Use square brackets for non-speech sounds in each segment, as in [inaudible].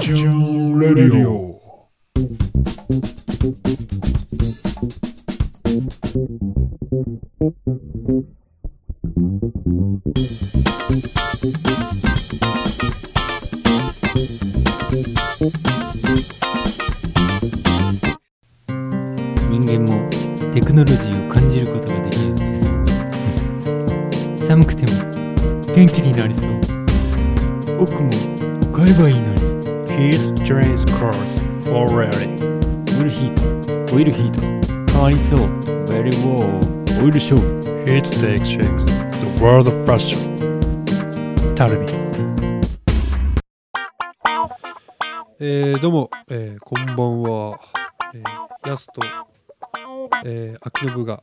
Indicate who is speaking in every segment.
Speaker 1: チューレディオ。
Speaker 2: 人間もテクノロジーを感じることができるんです寒くても元気になりそう奥も買えばいいのに
Speaker 3: He's James Cross already.
Speaker 2: オイルヒートオイルヒート変わりそう Very warm オイルショー
Speaker 3: Heat takes shakes the world of fashion. タルビ。えー、どうも、えー、こんばんは。えー、やすと、えー、秋信が、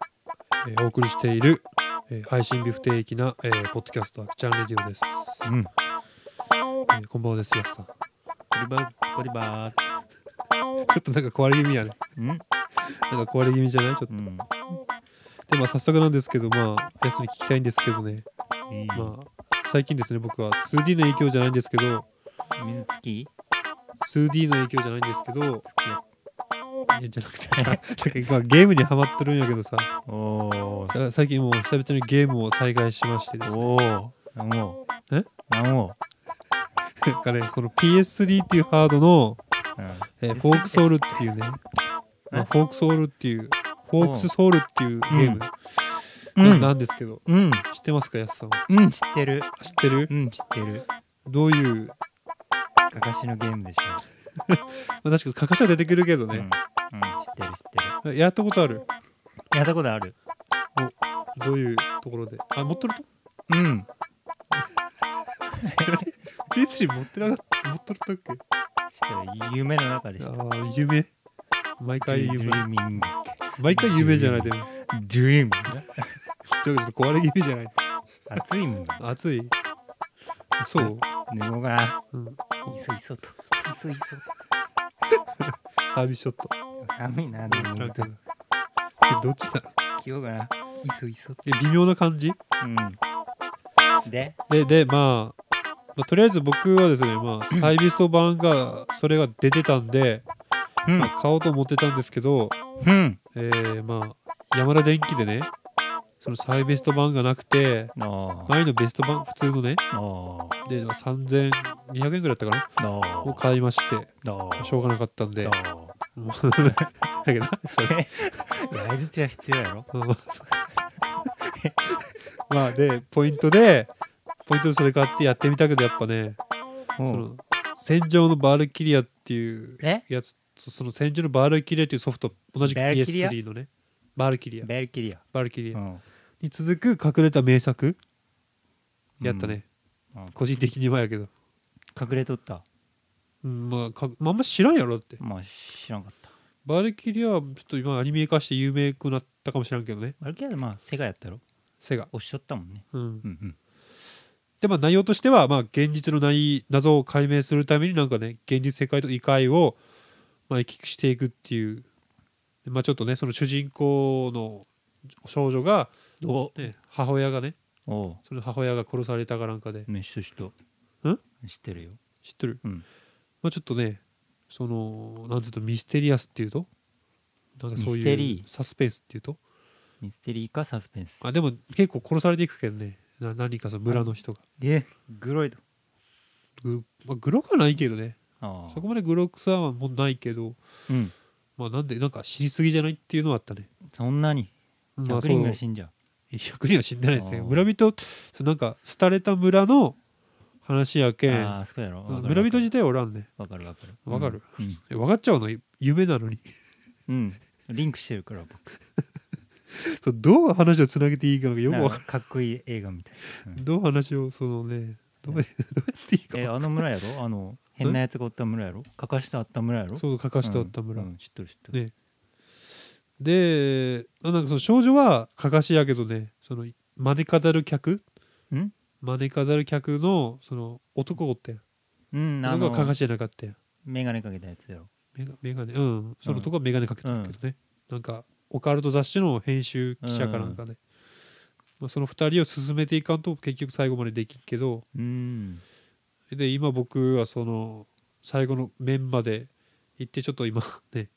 Speaker 3: えー、お送りしている、えー、配信日不定期な、えー、ポッドキャストアクチャンレディオです。
Speaker 2: うん
Speaker 3: えー、こんばんはです、やすさん。
Speaker 2: バリバーバリバー
Speaker 3: ちょっとなんか壊れ気味やね。
Speaker 2: うん
Speaker 3: なんか壊れ気味じゃないちょっと。
Speaker 2: うん
Speaker 3: で、まあ早速なんですけど、まあ、やすに聞きたいんですけどね。
Speaker 2: いい
Speaker 3: まあ、最近ですね、僕は 2D の影響じゃないんですけど、
Speaker 2: 水付き
Speaker 3: 2D の影響じゃないんですけど、
Speaker 2: 付き合
Speaker 3: いやじゃなくてさ、なんか今ゲームにハマってるんやけどさ、
Speaker 2: おー
Speaker 3: さ最近もう久々にゲームを再開しましてですね、
Speaker 2: おーなんも
Speaker 3: え
Speaker 2: なんも
Speaker 3: なんかね、この PS3 っていうハードの、
Speaker 2: うん
Speaker 3: えー
Speaker 2: S-
Speaker 3: フォークソウルっていうね、
Speaker 2: え
Speaker 3: まあフォークソウルっていう、フォークスソウルっていうゲームな,、
Speaker 2: うん
Speaker 3: んですけど、
Speaker 2: うん
Speaker 3: 知ってますか、やすさん。
Speaker 2: うん知ってる
Speaker 3: 知ってる
Speaker 2: うん知ってる
Speaker 3: どういう、
Speaker 2: かかしのゲームでしょ
Speaker 3: まあ、確かにかかしは出てくるけど
Speaker 2: うん、うん
Speaker 3: ね、、
Speaker 2: 知ってる知ってる
Speaker 3: やったことある
Speaker 2: やったことある
Speaker 3: どういうところで。あ、持っとると
Speaker 2: うん
Speaker 3: ?PS3 持ってなかった、持っとるとっけ
Speaker 2: した夢の中でした
Speaker 3: ああ、夢。毎回
Speaker 2: ドリ
Speaker 3: 夢。
Speaker 2: ーミング
Speaker 3: 毎回夢じゃないでも。
Speaker 2: ドリーム
Speaker 3: ちょっと壊れ気味じゃない。
Speaker 2: 熱いもんね
Speaker 3: 暑い。そう。
Speaker 2: 寝ようかな
Speaker 3: うん。
Speaker 2: いそいそといそいそ
Speaker 3: サービスショット。
Speaker 2: と寒いな
Speaker 3: ど
Speaker 2: で
Speaker 3: っちな
Speaker 2: も
Speaker 3: んていうのえどっちだ
Speaker 2: 着ようかないそいそと
Speaker 3: え微妙な感じ
Speaker 2: うんで
Speaker 3: で、で、まあ、まあ、とりあえず僕はですね、まあ、サイビスト版が、それが出てたんで、
Speaker 2: う
Speaker 3: まあ、買おうと思ってたんですけど、
Speaker 2: うん
Speaker 3: えー、まあ、山田電機でね、そのサイベスト版がなくて、
Speaker 2: なあ
Speaker 3: 前のベスト版、普通のね、
Speaker 2: なあ
Speaker 3: で、3200円ぐらいだったかな
Speaker 2: なあ
Speaker 3: を買いまして、
Speaker 2: なあ
Speaker 3: しょうがなかったんで
Speaker 2: な、あ
Speaker 3: もうだけどな、それ。
Speaker 2: 相槌は必要やろ
Speaker 3: まあでポイントでポイントでそれ買ってやってみたけどやっぱね、
Speaker 2: うん
Speaker 3: その戦場のバールキリアっていう
Speaker 2: え
Speaker 3: やつそその戦場のバールキリアっていうソフト同じく
Speaker 2: バルキリア
Speaker 3: PS3 のねバールキリア
Speaker 2: ベルキリア
Speaker 3: バールキリア
Speaker 2: ん
Speaker 3: に続く隠れた名作やったね、
Speaker 2: うんうん
Speaker 3: 個人的にはやけど、
Speaker 2: 隠れとった
Speaker 3: うんまあ、かまああんま知らんやろだって
Speaker 2: まあ知らんかった
Speaker 3: バールキリアはちょっと今アニメ化して有名くなったかもしれんけどね
Speaker 2: バルキリアでまあセガやったろ
Speaker 3: セガ
Speaker 2: 押しとったもんね
Speaker 3: うん
Speaker 2: うんうん
Speaker 3: でまあ内容としては、まあ、現実のない謎を解明するためになんかね現実世界と異界を、まあ、行き来していくっていう、まあ、ちょっとねその主人公の少女が、
Speaker 2: お
Speaker 3: ね、母親がね
Speaker 2: おう
Speaker 3: その母親が殺されたかなんかで
Speaker 2: ね知っと
Speaker 3: う
Speaker 2: る
Speaker 3: ん
Speaker 2: 知ってるよ
Speaker 3: 知ってる、
Speaker 2: うん
Speaker 3: まあ、ちょっとねそのなんつうとミステリアスっていうとなんかそう
Speaker 2: ミステ
Speaker 3: い
Speaker 2: リ
Speaker 3: う
Speaker 2: ー
Speaker 3: サスペンスっていうと
Speaker 2: ミステリーかサスペンス
Speaker 3: あでも結構殺されていくけどねな何人かその村の人が
Speaker 2: えグロイド
Speaker 3: グ,、まあ、グロくはないけどね
Speaker 2: あ
Speaker 3: そこまでグロくさはもうないけど
Speaker 2: うん
Speaker 3: まあなんでなんか知りすぎじゃないっていうのはあったね。
Speaker 2: そんなに
Speaker 3: ま
Speaker 2: 100
Speaker 3: あそう
Speaker 2: 人ぐらい死んじゃう
Speaker 3: 100人は死んでないですけど
Speaker 2: あー
Speaker 3: 村人そうなんか廃れた村の話やけ
Speaker 2: あ
Speaker 3: ん
Speaker 2: あそこやろわかる
Speaker 3: 村人自体はおらんね。
Speaker 2: わかるわかる
Speaker 3: わかる
Speaker 2: うん
Speaker 3: え分かっちゃうの夢なのに [laughs]
Speaker 2: うんうんリンクしてるから僕
Speaker 3: そうどう話をつなげていいかなんかよく
Speaker 2: な
Speaker 3: わ
Speaker 2: ん
Speaker 3: か
Speaker 2: かかっこいい映画みたい
Speaker 3: んどう話をそのねどうやどうやっていいか
Speaker 2: えあの村やろあの変なやつがおった村やろかかしてあった村やろ
Speaker 3: そう書かしてあった村
Speaker 2: うんうん知っとる知っとる
Speaker 3: ねであなんかその少女はかかしやけどねその招かざる客
Speaker 2: ん
Speaker 3: 招かざる客のその男がおったやん
Speaker 2: うんあ
Speaker 3: 男
Speaker 2: の
Speaker 3: はかかしじゃなかったやん
Speaker 2: メガネかけたやつやろ
Speaker 3: メガメガネうんそのとこはメガネかけてるけどね、なんかオカルト雑誌の編集記者かなんかで、まあ、その2人を進めていかんと結局最後までできんけど
Speaker 2: うん
Speaker 3: で今僕はその最後の面まで行ってちょっと今 [laughs] ね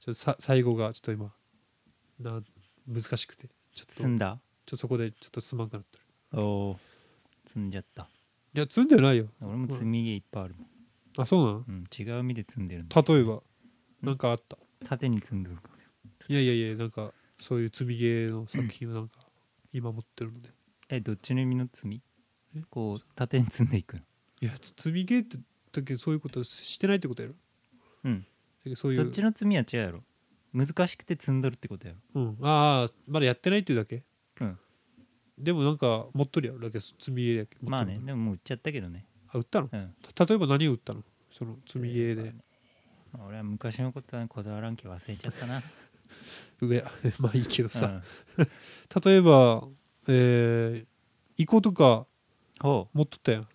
Speaker 3: ちょっとさ最後がちょっと今なん難しくてちょっとち
Speaker 2: 積
Speaker 3: ょっ
Speaker 2: んだ
Speaker 3: とそこでちょっとすまんくなってる
Speaker 2: おお積んじゃった
Speaker 3: いや積んでないよ
Speaker 2: 俺も積み毛いっぱいあるもん、
Speaker 3: あそうなの
Speaker 2: うん、違う意味で積んでるんだ
Speaker 3: 例えばなんかあった
Speaker 2: 縦に積んでるから
Speaker 3: いやいやいやなんかそういう積みゲーの作品をなんか今持ってるので
Speaker 2: えどっちの意味の積み
Speaker 3: え
Speaker 2: こう縦に積んでいくの
Speaker 3: いやつ積みゲーってだけどそういうことしてないってことやろだ
Speaker 2: うん
Speaker 3: けどそういう
Speaker 2: そっちの積みは違うやろ難しくて積んどるってことやろ
Speaker 3: うん、ああまだやってないっていうだけ
Speaker 2: うん
Speaker 3: でもなんか持っとるやろだけど積みゲーだけ持っとる
Speaker 2: まあねでももう売っちゃったけどね
Speaker 3: あ売ったの
Speaker 2: うん
Speaker 3: た例えば何を売ったのその積みゲーで
Speaker 2: まあ俺は昔のことはこだわらんけ忘れちゃったな
Speaker 3: 上 [laughs] まあいいけど
Speaker 2: う
Speaker 3: さ、
Speaker 2: ん
Speaker 3: 例えばえー、イコとか
Speaker 2: ほ
Speaker 3: 持っとったやん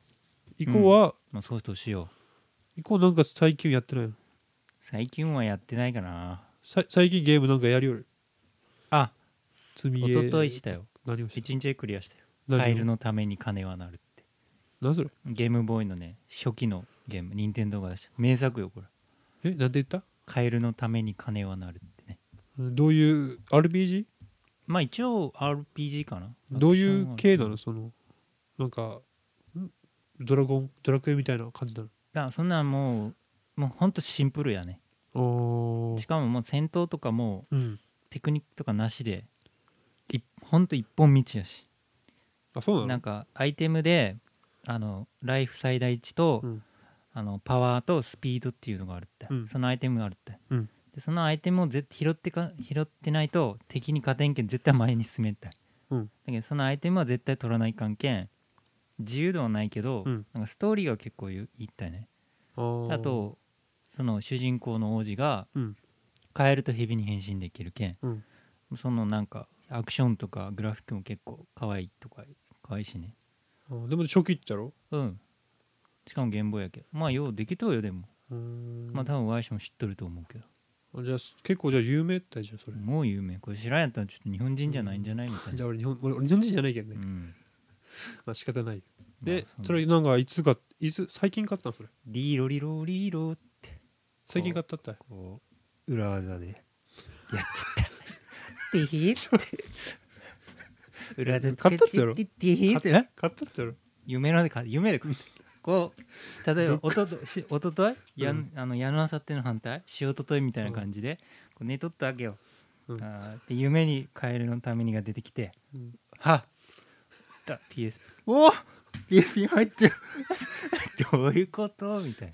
Speaker 3: イコは、
Speaker 2: うまあそうとしよう
Speaker 3: イコなんか最近やってないの
Speaker 2: 最近はやってないかな
Speaker 3: さ最近ゲームなんかやりよる
Speaker 2: あ
Speaker 3: 積みゲー
Speaker 2: 一昨日したよ
Speaker 3: 何をした
Speaker 2: 一日でクリアしたよフ
Speaker 3: 何を
Speaker 2: ァイルのために金はなるって
Speaker 3: 何それ
Speaker 2: ゲームボーイのね初期のゲーム任天堂が出した名作よこれ
Speaker 3: えなんて言った
Speaker 2: カエルのために金はなるってね
Speaker 3: うんどういう RPG?
Speaker 2: まあ一応 RPG かな
Speaker 3: どういう系な
Speaker 2: ア
Speaker 3: の
Speaker 2: クシ
Speaker 3: そのなんかんドラゴンドラクエみたいな感じなの
Speaker 2: ョンはあそんなんもうもうほんとシンプルやね
Speaker 3: お
Speaker 2: しかももう戦闘とかも
Speaker 3: うん
Speaker 2: テクニックとかなしでいほんと一本道やし
Speaker 3: あそうなの
Speaker 2: なんかアイテムであのライフ最大値と、
Speaker 3: うん
Speaker 2: あのパワーとスピードっていうのがあるって、
Speaker 3: うん
Speaker 2: そのアイテムがあるって、
Speaker 3: うん
Speaker 2: でそのアイテムをぜ拾ってか拾ってないと敵に勝てんけん絶対前に進めんたい、
Speaker 3: うん
Speaker 2: だけどそのアイテムは絶対取らない関係自由度はないけど、
Speaker 3: うん
Speaker 2: なんかストーリーが結構いいったよね
Speaker 3: あー
Speaker 2: あとその主人公の王子が
Speaker 3: うん
Speaker 2: カエルと蛇に変身できるけん、
Speaker 3: うん
Speaker 2: そのなんかアクションとかグラフィックも結構可愛いとか可愛いしね
Speaker 3: あーでも初期っちゃろ
Speaker 2: うんしかもゲームボーイやけどまあようできとうよでも、
Speaker 3: うーん
Speaker 2: まあ多分ワイシも知っとると思うけど
Speaker 3: あじゃあ結構じゃあ有名ってじゃんそれ、
Speaker 2: もう有名これ知らんやったらちょっと日本人じゃないんじゃないみたい
Speaker 3: じ
Speaker 2: な
Speaker 3: ゃあ俺日本俺俺日本人じゃないけど
Speaker 2: う
Speaker 3: ね、
Speaker 2: ん
Speaker 3: まあ仕方ないよ
Speaker 2: ま
Speaker 3: で、
Speaker 2: あ
Speaker 3: それなんかいつかいつ最近買ったのそれ
Speaker 2: リーロリロリーロって
Speaker 3: 最近買ったった
Speaker 2: こう裏技でやっちゃったディーって裏技
Speaker 3: 買ったっちゃろ
Speaker 2: ディーってな
Speaker 3: 買ったっちゃろ
Speaker 2: 夢の中で夢でこう例えばおととしおとといやん、あの矢野あさっての反対しおとといみたいな感じで、こう寝とったわけよ、
Speaker 3: うん
Speaker 2: あーで夢にカエルのためにが出てきて「
Speaker 3: うん
Speaker 2: はっ!」た PSP おお PSP 入ってる [laughs] どういうことみたいな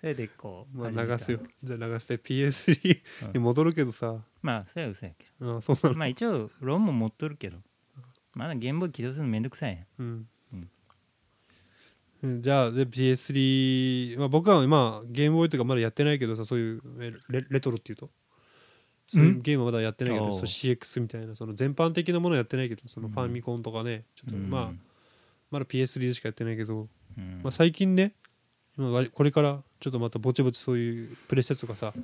Speaker 2: それでこう、
Speaker 3: まあ
Speaker 2: 始めた
Speaker 3: 流すよじゃあ流して PS3
Speaker 2: うん
Speaker 3: に戻るけどさ、
Speaker 2: まあそれは嘘やけ
Speaker 3: あーそうな
Speaker 2: ど
Speaker 3: の
Speaker 2: まあ一応ロンも持っとるけどまだ原本起動するのめんどくさいやん
Speaker 3: うん
Speaker 2: うん
Speaker 3: うんじゃあで PS3、まあ、僕は今ゲームボーイとかまだやってないけどさそういうえレレトロっていうとそういうゲームはまだやってないけ
Speaker 2: お
Speaker 3: ど
Speaker 2: う
Speaker 3: そう CX みたいなその全般的なものはやってないけどその
Speaker 2: うん
Speaker 3: ファミコンとかね、ちょっとまあまだ PS3 でしかやってないけど、
Speaker 2: あ、うん
Speaker 3: まあ、最近ね今割これからちょっとまたぼちぼちそういうプレステとかさ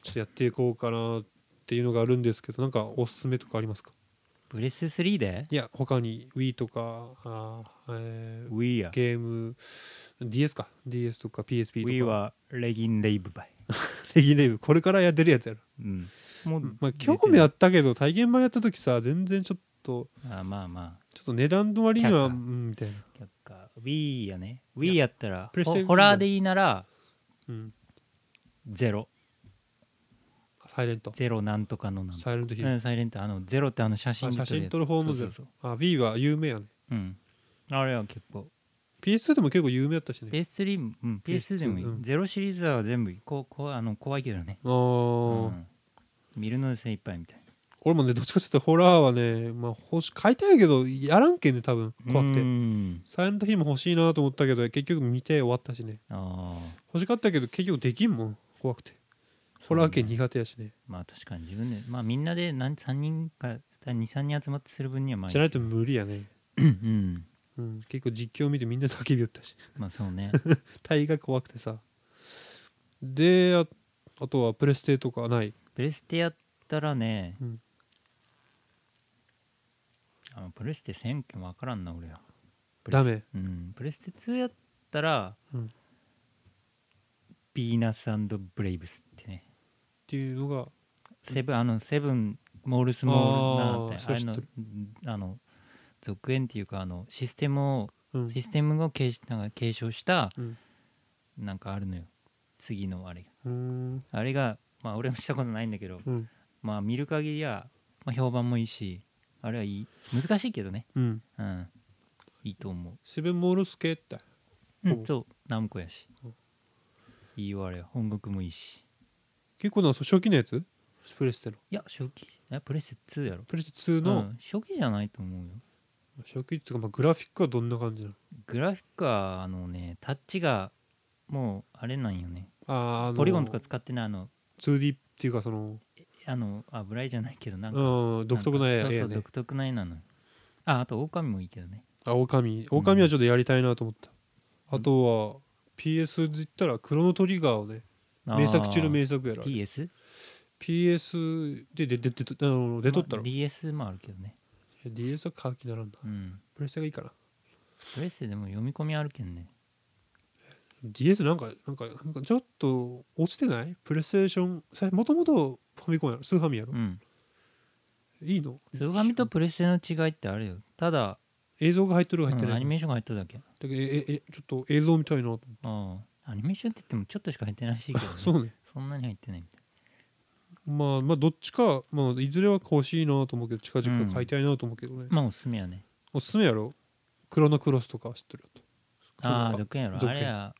Speaker 3: ちょっとやっていこうかなっていうのがあるんですけどなんかおすすめとかありますか
Speaker 2: ブレス3で
Speaker 3: いや他に Wii とかあー、えー
Speaker 2: We are
Speaker 3: ゲーム DS か DS とか PSP とか
Speaker 2: We were legging rave by、
Speaker 3: レギネームこれからや出るやつやろ、
Speaker 2: うん、もう、
Speaker 3: まあ、興味あったけど体験版やった時さ全然ちょっと
Speaker 2: あまあま
Speaker 3: ちょっと値段の割に
Speaker 2: 却
Speaker 3: はう
Speaker 2: 下
Speaker 3: んみたいな、
Speaker 2: あ却下 Wii やね Wii やったら
Speaker 3: プレステ
Speaker 2: ホ
Speaker 3: 5
Speaker 2: ホラーでいいなら
Speaker 3: うん、
Speaker 2: ゼロ
Speaker 3: サイレント
Speaker 2: ゼロなんとかのなんとか
Speaker 3: サイレントヒ
Speaker 2: う
Speaker 3: ル、
Speaker 2: んサイレントあのゼロってあの写真
Speaker 3: あ
Speaker 2: で
Speaker 3: 写
Speaker 2: 撮る
Speaker 3: 真
Speaker 2: やつ
Speaker 3: 撮る方のゼ
Speaker 2: そ
Speaker 3: ロ
Speaker 2: うそう
Speaker 3: あ B は有名やね
Speaker 2: そううんあれは結構
Speaker 3: PS2 でも結構有名やったしね
Speaker 2: PS3 も、うん、PS2 でもいい、
Speaker 3: うん
Speaker 2: ゼロシリーズは全部いいこうこうあの怖いけどね、
Speaker 3: あ
Speaker 2: う
Speaker 3: ー、
Speaker 2: ん、見るので精一杯みたい
Speaker 3: 俺もねどっちかっていうとホラーはねまあ欲し買いたいけどやらんけんね多分
Speaker 2: な
Speaker 3: 怖く
Speaker 2: う
Speaker 3: て
Speaker 2: ん
Speaker 3: サイレントヒルも欲しいなと思ったけど結局見て終わったしね
Speaker 2: ああ
Speaker 3: 欲しかったけど結局できんもん怖くてホラー系苦手やしね
Speaker 2: まあ確かに自分でまあみんなで何3人か23人集まってする分にはまあいい
Speaker 3: じゃないと無理やね、
Speaker 2: うん
Speaker 3: うん、結構実況見てみんな叫びよったし [laughs]
Speaker 2: まあそうね
Speaker 3: 体が怖くてさでああとはプレステとかない
Speaker 2: プレステやったらね、
Speaker 3: うん
Speaker 2: あのプレステ1000件分からんな俺は
Speaker 3: ダメ
Speaker 2: うんプレステ2やったら、
Speaker 3: うん
Speaker 2: ビーナスブレイブスってね
Speaker 3: ていうのが
Speaker 2: セブンあのセブンモールスモールなんて
Speaker 3: あ
Speaker 2: あ
Speaker 3: ー
Speaker 2: れの
Speaker 3: そう知っ
Speaker 2: あの続編っていうかあのシステムを
Speaker 3: うん
Speaker 2: システムを継しなんか継承した
Speaker 3: うん
Speaker 2: なんかあるのよ次のあれが
Speaker 3: うん
Speaker 2: あれがまあ俺もしたことないんだけど
Speaker 3: うん
Speaker 2: まあ見る限りは、まあ、評判もいいしあれはいい難しいけどね
Speaker 3: うん
Speaker 2: うんいいと思
Speaker 3: セブンモールスケって
Speaker 2: う、
Speaker 3: うん
Speaker 2: そうナムコやし
Speaker 3: うん
Speaker 2: いいよあれ本国もいいし
Speaker 3: 結構なそう初期のやつプレステの
Speaker 2: いや初期えプレステ2やろ
Speaker 3: プレステ2
Speaker 2: う
Speaker 3: の
Speaker 2: ん、初期じゃないと思うよ
Speaker 3: 初期っていうか、まあ、グラフィックはどんな感じなの
Speaker 2: グラフィックはあのねタッチがもうあれなんよね
Speaker 3: あーあの
Speaker 2: ポリゴンとか使ってないあの
Speaker 3: 2D っていうかその
Speaker 2: あの油絵じゃないけどなんか
Speaker 3: うん独特な絵
Speaker 2: なんかそう
Speaker 3: 絵
Speaker 2: そ
Speaker 3: や
Speaker 2: う
Speaker 3: ね
Speaker 2: 独特な絵なのよああと狼もいいけどね
Speaker 3: あ狼狼はちょっとやりたいなと思った、
Speaker 2: うん
Speaker 3: あとは PS で言ったらクロノトリガーをね
Speaker 2: あー
Speaker 3: 名作中の名作やら
Speaker 2: PS?
Speaker 3: PS ででででであの出とった
Speaker 2: ま
Speaker 3: ろ、
Speaker 2: あ DS もあるけどね
Speaker 3: DS は書きならんな
Speaker 2: うん
Speaker 3: プレステがいいかな
Speaker 2: プレステでも読み込みあるけんね
Speaker 3: DS なんかなんかなんかちょっと落ちてないプレイステーションもともとファミコンやろスーファミやろ、
Speaker 2: うん
Speaker 3: いいの
Speaker 2: スーファミとプレステの違いってあれよただ、
Speaker 3: 映像が入ってる
Speaker 2: う
Speaker 3: 入って
Speaker 2: ん
Speaker 3: な
Speaker 2: ア
Speaker 3: い、
Speaker 2: ニメーションが入っただけあ
Speaker 3: だけどえええちょっと映像みたいなと思って、
Speaker 2: あアニメーションって言ってもちょっとしか入ってないらしいけど、ね
Speaker 3: [laughs] そうね
Speaker 2: そんなに入ってないみたい
Speaker 3: まあまあどっちか、まあ、いずれは欲しいなと思うけど近々買いたいなと思うけどね、
Speaker 2: まあおすすめやね
Speaker 3: おすすめやろクロノクロスとか知ってるよと
Speaker 2: ああ続編やろ
Speaker 3: 続
Speaker 2: あ
Speaker 3: 編
Speaker 2: れや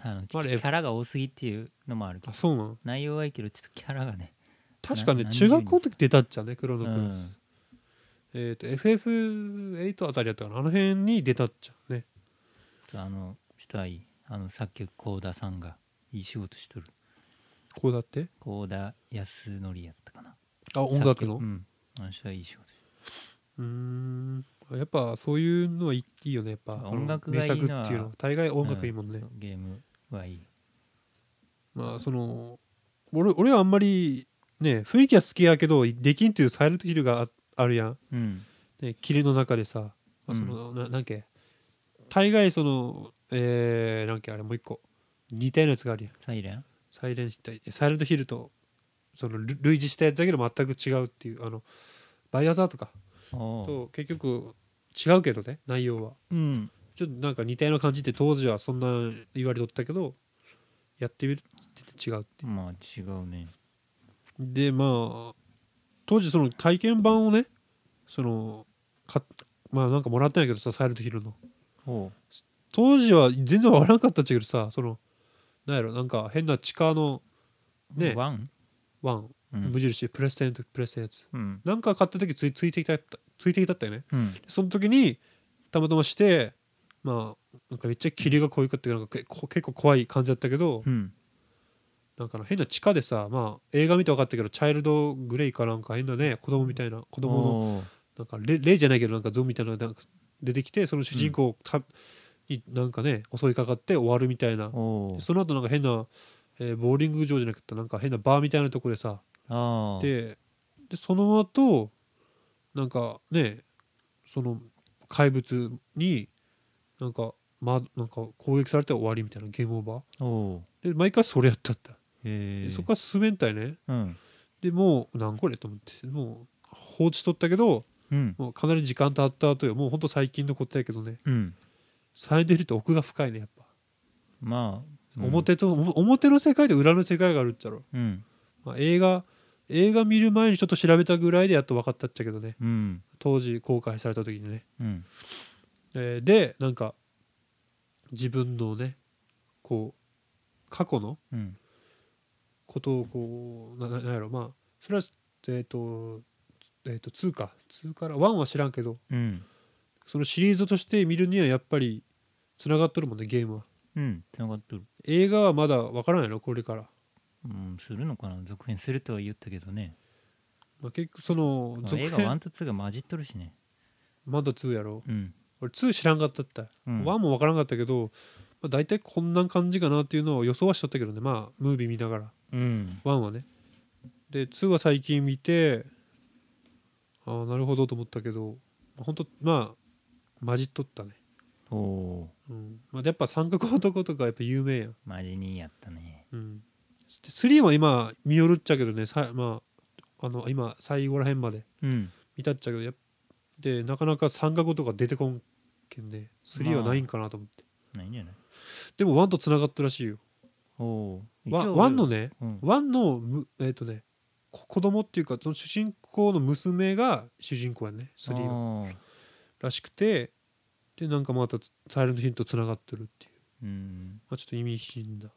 Speaker 2: あのキ
Speaker 3: あれ
Speaker 2: ャラが多すぎっていうのもあるけ
Speaker 3: あ
Speaker 2: ど
Speaker 3: そうなん
Speaker 2: 内容はいいけどちょっとキャラがね
Speaker 3: 確かね
Speaker 2: な
Speaker 3: 中学校の時出たっちゃねクロ
Speaker 2: う
Speaker 3: ノクロス、
Speaker 2: ん
Speaker 3: えっ、と FF8 あたりだったかなあの辺に出たっちゃね
Speaker 2: あの人はいいあの作曲幸田さんがいい仕事しとる
Speaker 3: こうだって
Speaker 2: 幸田康則やったかな
Speaker 3: あ音楽
Speaker 2: 作曲
Speaker 3: の
Speaker 2: うんあの人はいい仕事し
Speaker 3: うーんやっぱそういうのはいいいいよねやっぱ
Speaker 2: まあ
Speaker 3: その
Speaker 2: 音楽がいいのは
Speaker 3: 名作っていうのは大概音楽いいもんね
Speaker 2: と、るゲームはいい
Speaker 3: まあその俺俺はあんまりね雰囲気は好きやけどできんっていうサイレントヒルがああるやん、
Speaker 2: うん
Speaker 3: ね、霧の中でさ、まあ、その、ななんけ大概そのえー、なんけあれもう一個似たようなやつがあるやん
Speaker 2: サイレン
Speaker 3: サイレンヒルサイレントヒルとその類類似したやつだけど全く違うっていうあのバイアザーとか
Speaker 2: おう
Speaker 3: と結局違うけどね内容は
Speaker 2: うん
Speaker 3: ちょっとなんか似たような感じって当時はそんな言われとったけどやってみるって違うっていう
Speaker 2: まあ違うね
Speaker 3: でまあ当時その体験版をねそのかまあなんかもらったんやけどさサイレントヒルの
Speaker 2: おう
Speaker 3: 当時は全然わからなかったっちゃけどさそのなんやろなんか変な地下のね
Speaker 2: ワン
Speaker 3: ワン
Speaker 2: うん
Speaker 3: 無印プレステンとプレステのやつ
Speaker 2: うん
Speaker 3: なんか買った時ついついてきたったついてきたったよね
Speaker 2: うん
Speaker 3: その時にたまたましてまあなんかめっちゃ霧が濃いかってなんかけこ結構怖い感じだったけど、
Speaker 2: うん
Speaker 3: なんかあの変な地下でさまあ映画見て分かったけどチャイルドグレイかなんか変なね子供みたいな子供の
Speaker 2: おう
Speaker 3: なんか霊霊じゃないけどなんかゾンビみたいなのなんか出てきてその主人公た、になんかね襲いかかって終わるみたいな
Speaker 2: おう
Speaker 3: その後なんか変な、えーボーリング場じゃなくてなんか変なバーみたいなとこでさ
Speaker 2: ああ
Speaker 3: ででその後なんかねその怪物になんか,、ま、なんか攻撃されて終わりみたいなゲームオーバ
Speaker 2: おう
Speaker 3: ーで毎回それやったった、
Speaker 2: へ
Speaker 3: で
Speaker 2: え
Speaker 3: そこから進めんたいね
Speaker 2: うん
Speaker 3: でもう何これと思ってもう放置しとったけど
Speaker 2: うん
Speaker 3: もうかなり時間経った後よもうほんと最近のことやけどね
Speaker 2: うん
Speaker 3: サイレントヒルって奥が深いねやっぱ、
Speaker 2: まあ、うん、
Speaker 3: 表と表の世界と裏の世界があるっちゃろ、
Speaker 2: うん
Speaker 3: まあ、映画映画見る前にちょっと調べたぐらいでやっと分かったっちゃけどね
Speaker 2: うん
Speaker 3: 当時公開された時にね、
Speaker 2: うん
Speaker 3: えーでなんか自分のねこう過去の
Speaker 2: うん
Speaker 3: ことをこうなななんやろまあそれはえっ、とえっ、と2か2から1は知らんけど
Speaker 2: うん
Speaker 3: そのシリーズとして見るにはやっぱりつながっとるもんねゲームは
Speaker 2: うんつながっとる
Speaker 3: 映画はまだわからないのこれから、
Speaker 2: うんするのかな続編するとは言ったけどね
Speaker 3: まあ、結局その
Speaker 2: まあ
Speaker 3: 続
Speaker 2: 映画
Speaker 3: 編
Speaker 2: 1と2が混じっとるしね
Speaker 3: まだ2やろ
Speaker 2: うん
Speaker 3: 俺2知らんかったった、
Speaker 2: うん
Speaker 3: 1もわからんかったけど、まあ、大体こんな感じかなっていうのを予想はしとったけどねまあムービー見ながら
Speaker 2: うん
Speaker 3: 1はねで2は最近見てああなるほどと思ったけど本当まあ混じっとったね、
Speaker 2: おお
Speaker 3: うんまあ、やっぱ三角男とかやっぱ有名やん
Speaker 2: マジにやったね
Speaker 3: うん、3は今見よるっちゃけどねさ、まあ、あの今最後らへんまで
Speaker 2: うん
Speaker 3: 見たっちゃけどやっでなかなか3か5とか出てこんけんね3はないんかなと思って、
Speaker 2: ないんじゃない
Speaker 3: でも1とつながったらしいよ
Speaker 2: おおー
Speaker 3: ワン
Speaker 2: 一応
Speaker 3: ワンのね
Speaker 2: うん
Speaker 3: ワンのむえっ、とねこ子供っていうかその主人公の娘が主人公やね3は
Speaker 2: あー
Speaker 3: らしくてでなんかまたつサイレントヒントつながってるってい
Speaker 2: う
Speaker 3: う、
Speaker 2: ん
Speaker 3: まあ、ちょっと意味深な、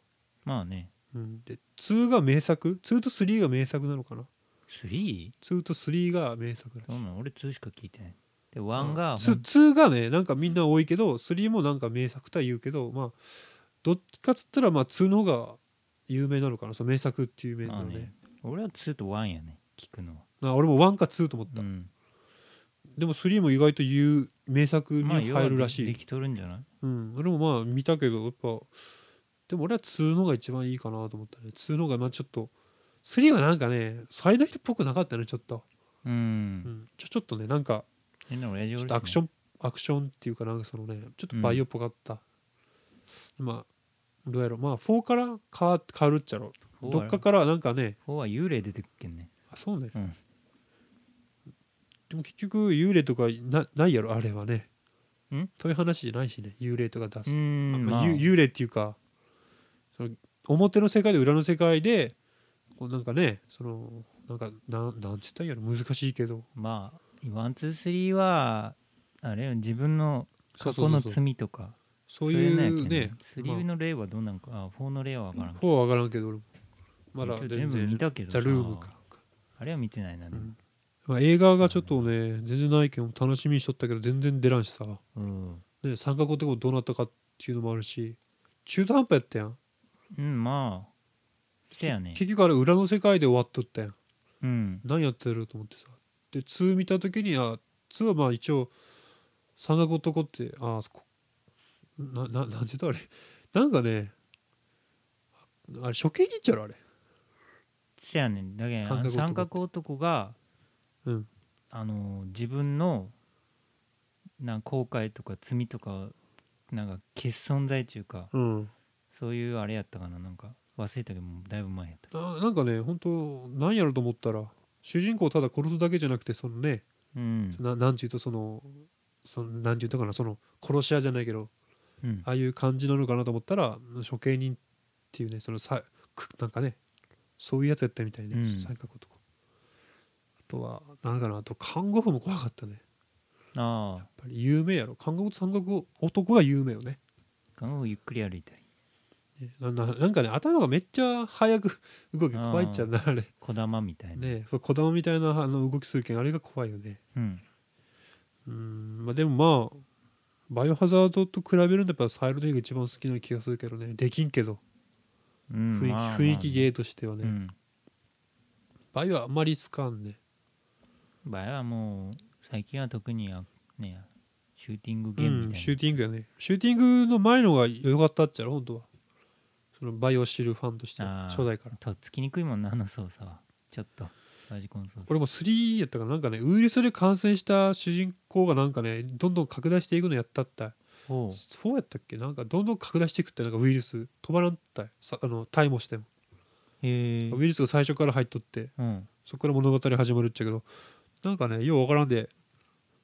Speaker 2: まあね
Speaker 3: うん、で2が名作2と3が名作なのかな
Speaker 2: 3?
Speaker 3: 2と3が名作らしい
Speaker 2: どうなの俺2しか聞いてないで1が
Speaker 3: ツ
Speaker 2: ほん
Speaker 3: 2がねなんかみんな多いけど3もなんか名作とは言うけどまあどっちかっつったらまあ2の方が有名なのかなその名作っていう面で
Speaker 2: まあ
Speaker 3: はね
Speaker 2: ね俺は2と1やね聞くのは
Speaker 3: あ俺も1か2と思った、
Speaker 2: うん
Speaker 3: でも3も意外と言う名作に
Speaker 2: まあ要は
Speaker 3: 入るらしい、
Speaker 2: でできとるんじゃない
Speaker 3: うん、俺もまあ見たけどやっぱでも俺は2のが一番いいかなと思ったね2のがまあちょっと3はなんかねサイドヒットっぽくなかったねちょっと、
Speaker 2: う
Speaker 3: うんん、ちょちょっとねなんか
Speaker 2: 変な親父
Speaker 3: ちょ
Speaker 2: お
Speaker 3: っ
Speaker 2: るし
Speaker 3: と
Speaker 2: ね
Speaker 3: アクションアクションっていうかなんかそのねちょっとバイオっぽかった、まあどうやろうまあ4から変わ変わるっちゃろ
Speaker 2: 4
Speaker 3: どっかからなんかね
Speaker 2: 4は幽霊出てくっけんね
Speaker 3: あそうね、
Speaker 2: うん
Speaker 3: でも結局幽霊とかなないやろあれはね
Speaker 2: ん
Speaker 3: そういう話じゃないしね幽霊とか出す、あ
Speaker 2: ん
Speaker 3: まあゆ幽霊っていうかその表の世界で裏の世界でこうなんかねそのなんかなんなんつったんやろ難しいけど
Speaker 2: まあワンツースリーはあれよ自分の
Speaker 3: そ
Speaker 2: 過
Speaker 3: うそ
Speaker 2: 去
Speaker 3: うそ
Speaker 2: の
Speaker 3: うそう
Speaker 2: 罪とか
Speaker 3: そういう
Speaker 2: のやけ
Speaker 3: ね
Speaker 2: んねスリ
Speaker 3: まあ
Speaker 2: ーの例はどうなんかあ4の例は分からん
Speaker 3: ほう分からんけど俺もまだ
Speaker 2: 一応全
Speaker 3: 全
Speaker 2: 部見
Speaker 3: 然
Speaker 2: たけど
Speaker 3: ザ・
Speaker 2: さ
Speaker 3: ルームか、
Speaker 2: あれは見てないなでも
Speaker 3: うんまあ、映画がちょっとね全然ないけど楽しみにしとったけど全然出らんしさ、
Speaker 2: うん
Speaker 3: ね、三角ってことどうなったかっていうのもあるし中途半端やったやん
Speaker 2: うんまあせやね
Speaker 3: 結局あれ裏の世界で終わっとったやん
Speaker 2: うん
Speaker 3: 何やってると思ってさで2見た時にあ2はまあ一応三角男ってあこなななんて言ったあれ [laughs] なんかねあれ処刑に行っちゃうあれ
Speaker 2: せやねんだけど
Speaker 3: 三角
Speaker 2: あの
Speaker 3: 男
Speaker 2: 三角男が
Speaker 3: うん
Speaker 2: あの自分のなん後悔とか罪とかなんか欠存在というか
Speaker 3: うん
Speaker 2: そういうあれやったかななんか忘れたけどもうだいぶ前やった
Speaker 3: ななんかね本当なんやろと思ったら主人公をただ殺すだけじゃなくてそのね
Speaker 2: うん
Speaker 3: ななんていうとそのそのなんていうとかなその殺し屋じゃないけど
Speaker 2: うん
Speaker 3: ああいう感じなのかなと思ったら処刑人っていうねそのさくなんかねそういうやつやったみたいね、
Speaker 2: うん
Speaker 3: 三角とかあとはなんかなあと看護婦も怖かったね
Speaker 2: ああ
Speaker 3: やっぱり有名やろ看護婦と三角男が有名よね
Speaker 2: 看護婦ゆっくり歩いたり
Speaker 3: ねなななんかね頭がめっちゃ早く [laughs] 動き怖いっちゃなあれ
Speaker 2: 小玉みたいな、
Speaker 3: ねそう子供みたいなあの動きするけんあれが怖いよね
Speaker 2: うん、
Speaker 3: うんまあでもまあバイオハザードと比べるんだったらサイルドイが一番好きな気がするけどねできんけど
Speaker 2: うん
Speaker 3: 雰囲気,、
Speaker 2: まあ
Speaker 3: 雰囲気ゲーとしてはね、
Speaker 2: まあうん
Speaker 3: バイオはあんまり使わんね
Speaker 2: 場合はもう最近は特にあねシューティングゲ
Speaker 3: う
Speaker 2: ームみたいな、
Speaker 3: んシューティングやねシューティングの前の方が良かったっちゃろ本当はそのバイオを知るファンとして
Speaker 2: あー
Speaker 3: 初代から
Speaker 2: とっつきにくいもんなあの操作はちょっとラジコン操作
Speaker 3: これも3やったかななんかねウイルスで感染した主人公がなんかねどんどん拡大していくのやったった
Speaker 2: おう
Speaker 3: そうやったっけなんかどんどん拡大していくってなんかウイルス止まらんったいさあのタイもしても
Speaker 2: へえ
Speaker 3: ウイルスが最初から入っとって
Speaker 2: うん
Speaker 3: そこから物語始まるっちゃけどなんかねようわからんで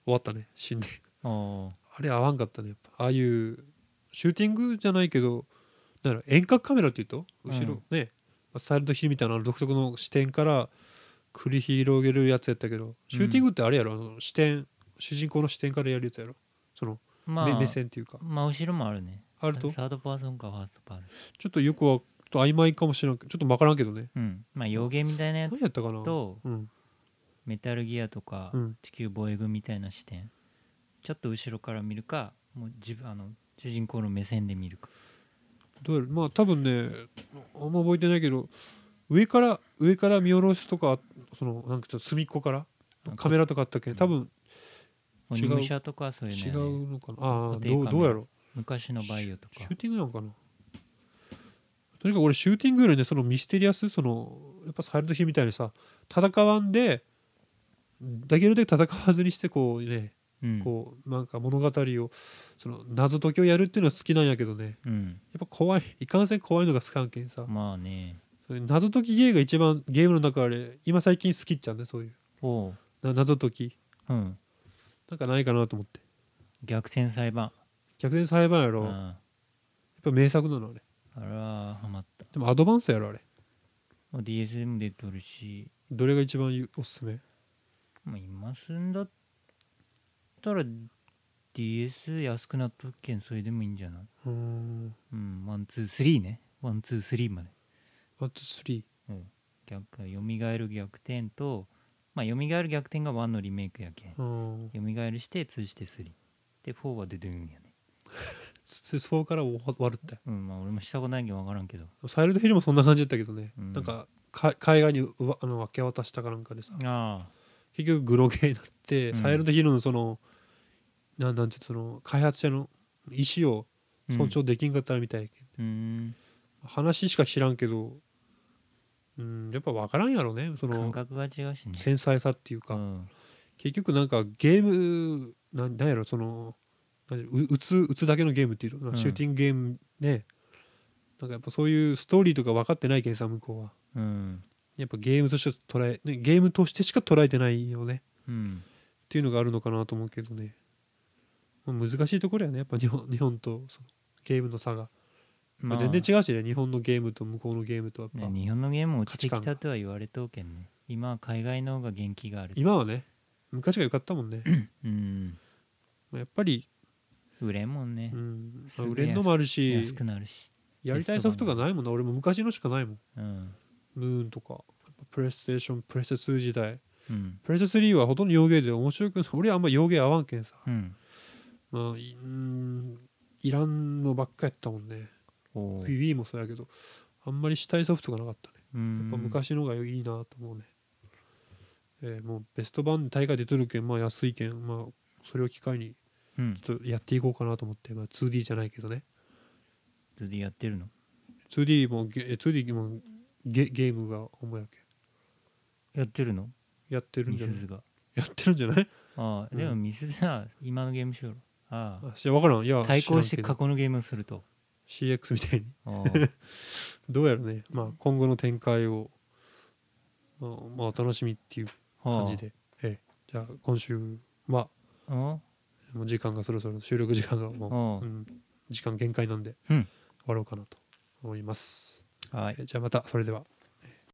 Speaker 3: 終わったね死んで
Speaker 2: あ
Speaker 3: あれ合わんかったねやっぱああいうシューティングじゃないけどなんだろう遠隔カメラっていうと後ろ、ねまあスタイルドヒルみたいなあの独特の視点から繰り広げるやつやったけどシューティングってあれやろ、あの視点主人公の視点からやるやつやろその、
Speaker 2: あまあ
Speaker 3: 目目線っていうか
Speaker 2: まあ後ろもあるね
Speaker 3: あると
Speaker 2: サードパーソンかファーストパーソン
Speaker 3: ちょっとよくはちょっと曖昧かもしれんけどちょっと分からんけどね
Speaker 2: うんまあ洋芸みたいなや
Speaker 3: 何
Speaker 2: つ
Speaker 3: やったかな
Speaker 2: と
Speaker 3: うん
Speaker 2: メタルギアとか
Speaker 3: うん
Speaker 2: 地球防衛軍みたいな視点ちょっと後ろから見るかもう自分あの主人公の目線で見るか
Speaker 3: どうやらまあ多分ねあんま覚えてないけど上から上から見下ろすとかそのなんかちょっと隅っこからカメラとかあったっけ
Speaker 2: うん
Speaker 3: 多分
Speaker 2: 鬼
Speaker 3: 違う
Speaker 2: 武者とかそういうの
Speaker 3: 違
Speaker 2: やね
Speaker 3: うのかなああ
Speaker 2: 固定カ
Speaker 3: ど
Speaker 2: メ
Speaker 3: う
Speaker 2: ラ
Speaker 3: どうやろ
Speaker 2: 昔のバイオと
Speaker 3: シ
Speaker 2: か
Speaker 3: ューティングなのかなとにかく俺シューティングよりねそのミステリアスそのやっぱサイレントヒルみたいにさ戦わんでできるだけ戦わずにしてこうね
Speaker 2: うん
Speaker 3: こうなんか物語をその謎解きをやるっていうのは好きなんやけどね
Speaker 2: うん
Speaker 3: やっぱ怖いいかんせん怖いのが好かんけんさ、
Speaker 2: まあね
Speaker 3: それ謎解きゲーが一番ゲームの中で今最近好きっちゃうねそういう
Speaker 2: おう、
Speaker 3: な謎解き
Speaker 2: うん、
Speaker 3: なんかないかなと思って
Speaker 2: 逆転裁判
Speaker 3: 逆転裁判やろ、
Speaker 2: うん
Speaker 3: やっ
Speaker 2: あ
Speaker 3: ぱ名作なのあれ
Speaker 2: れはハマった
Speaker 3: でもアドバンスやろあれ
Speaker 2: まあ DSM で撮るし、
Speaker 3: どれが一番おすすめ
Speaker 2: まあ、今すんだったら DS 安くなっとっけんそれでもいいんじゃないう
Speaker 3: ーん
Speaker 2: うんワンツースリーねワンツースリーまで
Speaker 3: ワンツースリ
Speaker 2: 逆よみがえる逆転とまあよみがえる逆転がワンのリメイクやけん
Speaker 3: ーうーん
Speaker 2: よみがえるしてツーしてスリーでフォーは出てるんやね
Speaker 3: そそうから終わるって
Speaker 2: うんまあ俺もしたことないけん分からんけど
Speaker 3: サイレントヒルもそんな感じだったけどね、
Speaker 2: うん
Speaker 3: なんかか海外にうわあの分け渡したかなんかでさ
Speaker 2: ああ
Speaker 3: 結局グロゲーになって、
Speaker 2: うん
Speaker 3: サイレントヒルのそのなんなんていうのその開発者の意思を尊重できんかったらみたいやけん、
Speaker 2: うん
Speaker 3: 話しか知らんけどうんやっぱ分からんやろねそ
Speaker 2: 感
Speaker 3: の
Speaker 2: 覚が違うしね
Speaker 3: 繊細さっていうか、
Speaker 2: うん
Speaker 3: 結局なんかゲームなんなんやろそのなんやろう打つ打つだけのゲームっていうの
Speaker 2: うん
Speaker 3: シューティングゲームね、なんかやっぱそういうストーリーとか分かってないけんさ向こうは
Speaker 2: うん
Speaker 3: やっぱゲームとして捉え、ね、ゲームとしてしか捉えてないよね
Speaker 2: うん
Speaker 3: っていうのがあるのかなと思うけどね、まあ難しいところやねやっぱ日本日 [laughs] 本とそのゲームの差が、まあ、全然違うしね日本のゲームと向こうのゲームとやっぱ、
Speaker 2: ね日本のゲームも落ちて
Speaker 3: 価
Speaker 2: き
Speaker 3: 値観
Speaker 2: たとは言われとうけんね今は海外の方が元気がある
Speaker 3: 今はね昔が良かったもんね
Speaker 2: うん
Speaker 3: まあやっぱり、
Speaker 2: 売れんもんね
Speaker 3: うん
Speaker 2: す
Speaker 3: まあ、
Speaker 2: ぐ
Speaker 3: 売れんのもあるし
Speaker 2: 安くなるし
Speaker 3: やりたいソフトがないもんな俺も昔のしかないもん
Speaker 2: うん
Speaker 3: ムーンとかやっぱプレイステーションプレステ2時代
Speaker 2: うん
Speaker 3: プレステ3はほとんど洋芸で面白くない俺あんま洋芸合わんけんさ
Speaker 2: うん
Speaker 3: まあいうんいらんのばっかやったもんね
Speaker 2: おう
Speaker 3: Wii もそうやけどあんまり主体ソフトがなかったね
Speaker 2: うん
Speaker 3: やっぱ昔の方がいいなと思うね、えーもうベスト版大会出てるけんまあ安いけんまあそれを機会に
Speaker 2: うん
Speaker 3: ちょっとやっていこうかなと思って、まあ、2D じゃないけどね
Speaker 2: ずっとやってるの
Speaker 3: 2D もゲ 2D もゲゲームが主やけ
Speaker 2: やってるの
Speaker 3: んやってるん
Speaker 2: み
Speaker 3: じゃ
Speaker 2: す
Speaker 3: ない
Speaker 2: ずが
Speaker 3: やってるんじゃない
Speaker 2: ああで
Speaker 3: う
Speaker 2: も
Speaker 3: ん
Speaker 2: みすずは今のゲームしようろああ
Speaker 3: あいや分からんいや
Speaker 2: 対抗し
Speaker 3: 知
Speaker 2: て
Speaker 3: らんけ
Speaker 2: 過
Speaker 3: ど
Speaker 2: 去のゲームをすると
Speaker 3: CX みたいに
Speaker 2: ああ
Speaker 3: [laughs] どうやらね、まあ、今後の展開を、まあ、まあお楽しみっていう感じで、ええ、じゃあ今週は
Speaker 2: ああ
Speaker 3: もう時間がそろそろ収録時間がもう、
Speaker 2: う
Speaker 3: うん時間限界なんで、
Speaker 2: うん
Speaker 3: 終わろうかなと思います、
Speaker 2: ああはい
Speaker 3: えじゃあまたそれでは